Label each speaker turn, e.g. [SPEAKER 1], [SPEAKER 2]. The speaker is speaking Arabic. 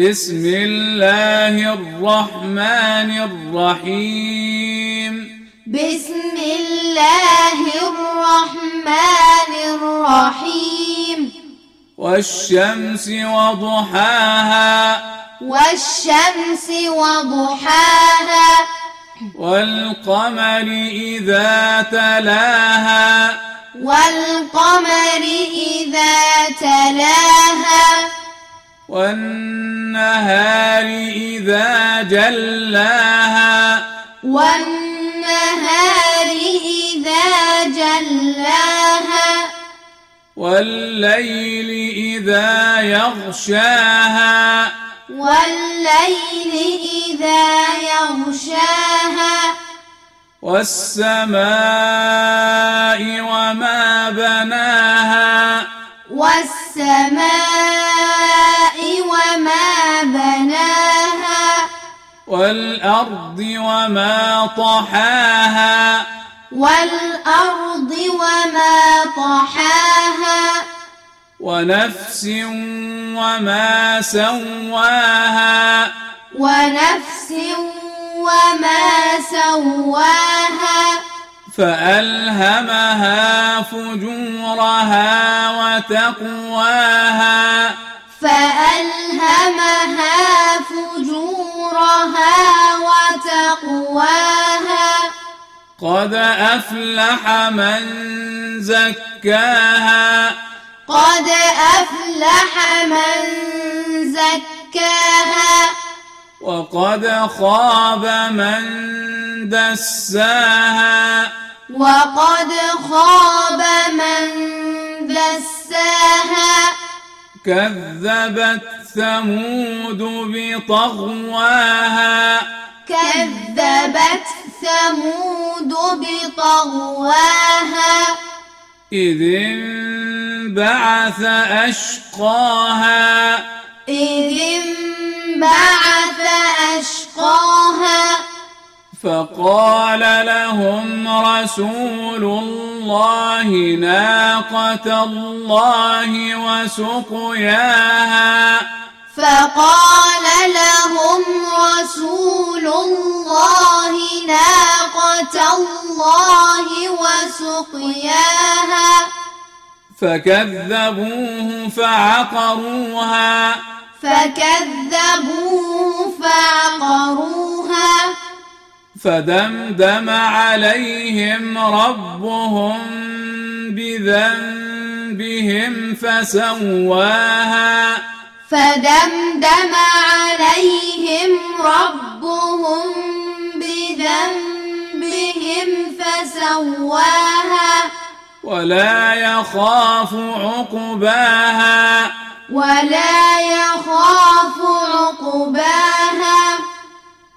[SPEAKER 1] بسم الله الرحمن الرحيم
[SPEAKER 2] بسم الله الرحمن الرحيم
[SPEAKER 1] والشمس وضحاها
[SPEAKER 2] والشمس وضحاها
[SPEAKER 1] والقمر إذا تلاها
[SPEAKER 2] والقمر إذا تلاها
[SPEAKER 1] والنهار إذا جلاها
[SPEAKER 2] والنهار إذا جلاها
[SPEAKER 1] والليل إذا يغشاها
[SPEAKER 2] والليل إذا يغشاها
[SPEAKER 1] والسماء وما بناها
[SPEAKER 2] والسماء وما بناها
[SPEAKER 1] والأرض وما طحاها
[SPEAKER 2] والأرض وما طحاها
[SPEAKER 1] ونفس وما سواها
[SPEAKER 2] ونفس وما سواها
[SPEAKER 1] فألهمها فجورها وتقواها
[SPEAKER 2] فألهمها فجورها وتقواها
[SPEAKER 1] قد أفلح من زكاها
[SPEAKER 2] قد أفلح من زكاها
[SPEAKER 1] وقد خاب من دساها
[SPEAKER 2] وقد خاب من دساها
[SPEAKER 1] كذبت ثمود بطغواها
[SPEAKER 2] كذبت ثمود بطغواها
[SPEAKER 1] إذ انبعث أشقاها
[SPEAKER 2] إذ انبعث أشقاها
[SPEAKER 1] فقال لهم رسول الله ناقة الله وسقياها
[SPEAKER 2] فقال لهم رسول الله ناقة الله وسقياها
[SPEAKER 1] فكذبوه فعقروها
[SPEAKER 2] فكذبوه فعقروها
[SPEAKER 1] فدمدم عليهم ربهم بذنبهم فسواها
[SPEAKER 2] فدمدم عليهم ربهم بذنبهم فسواها
[SPEAKER 1] ولا يخاف عقباها
[SPEAKER 2] ولا يخاف عقباها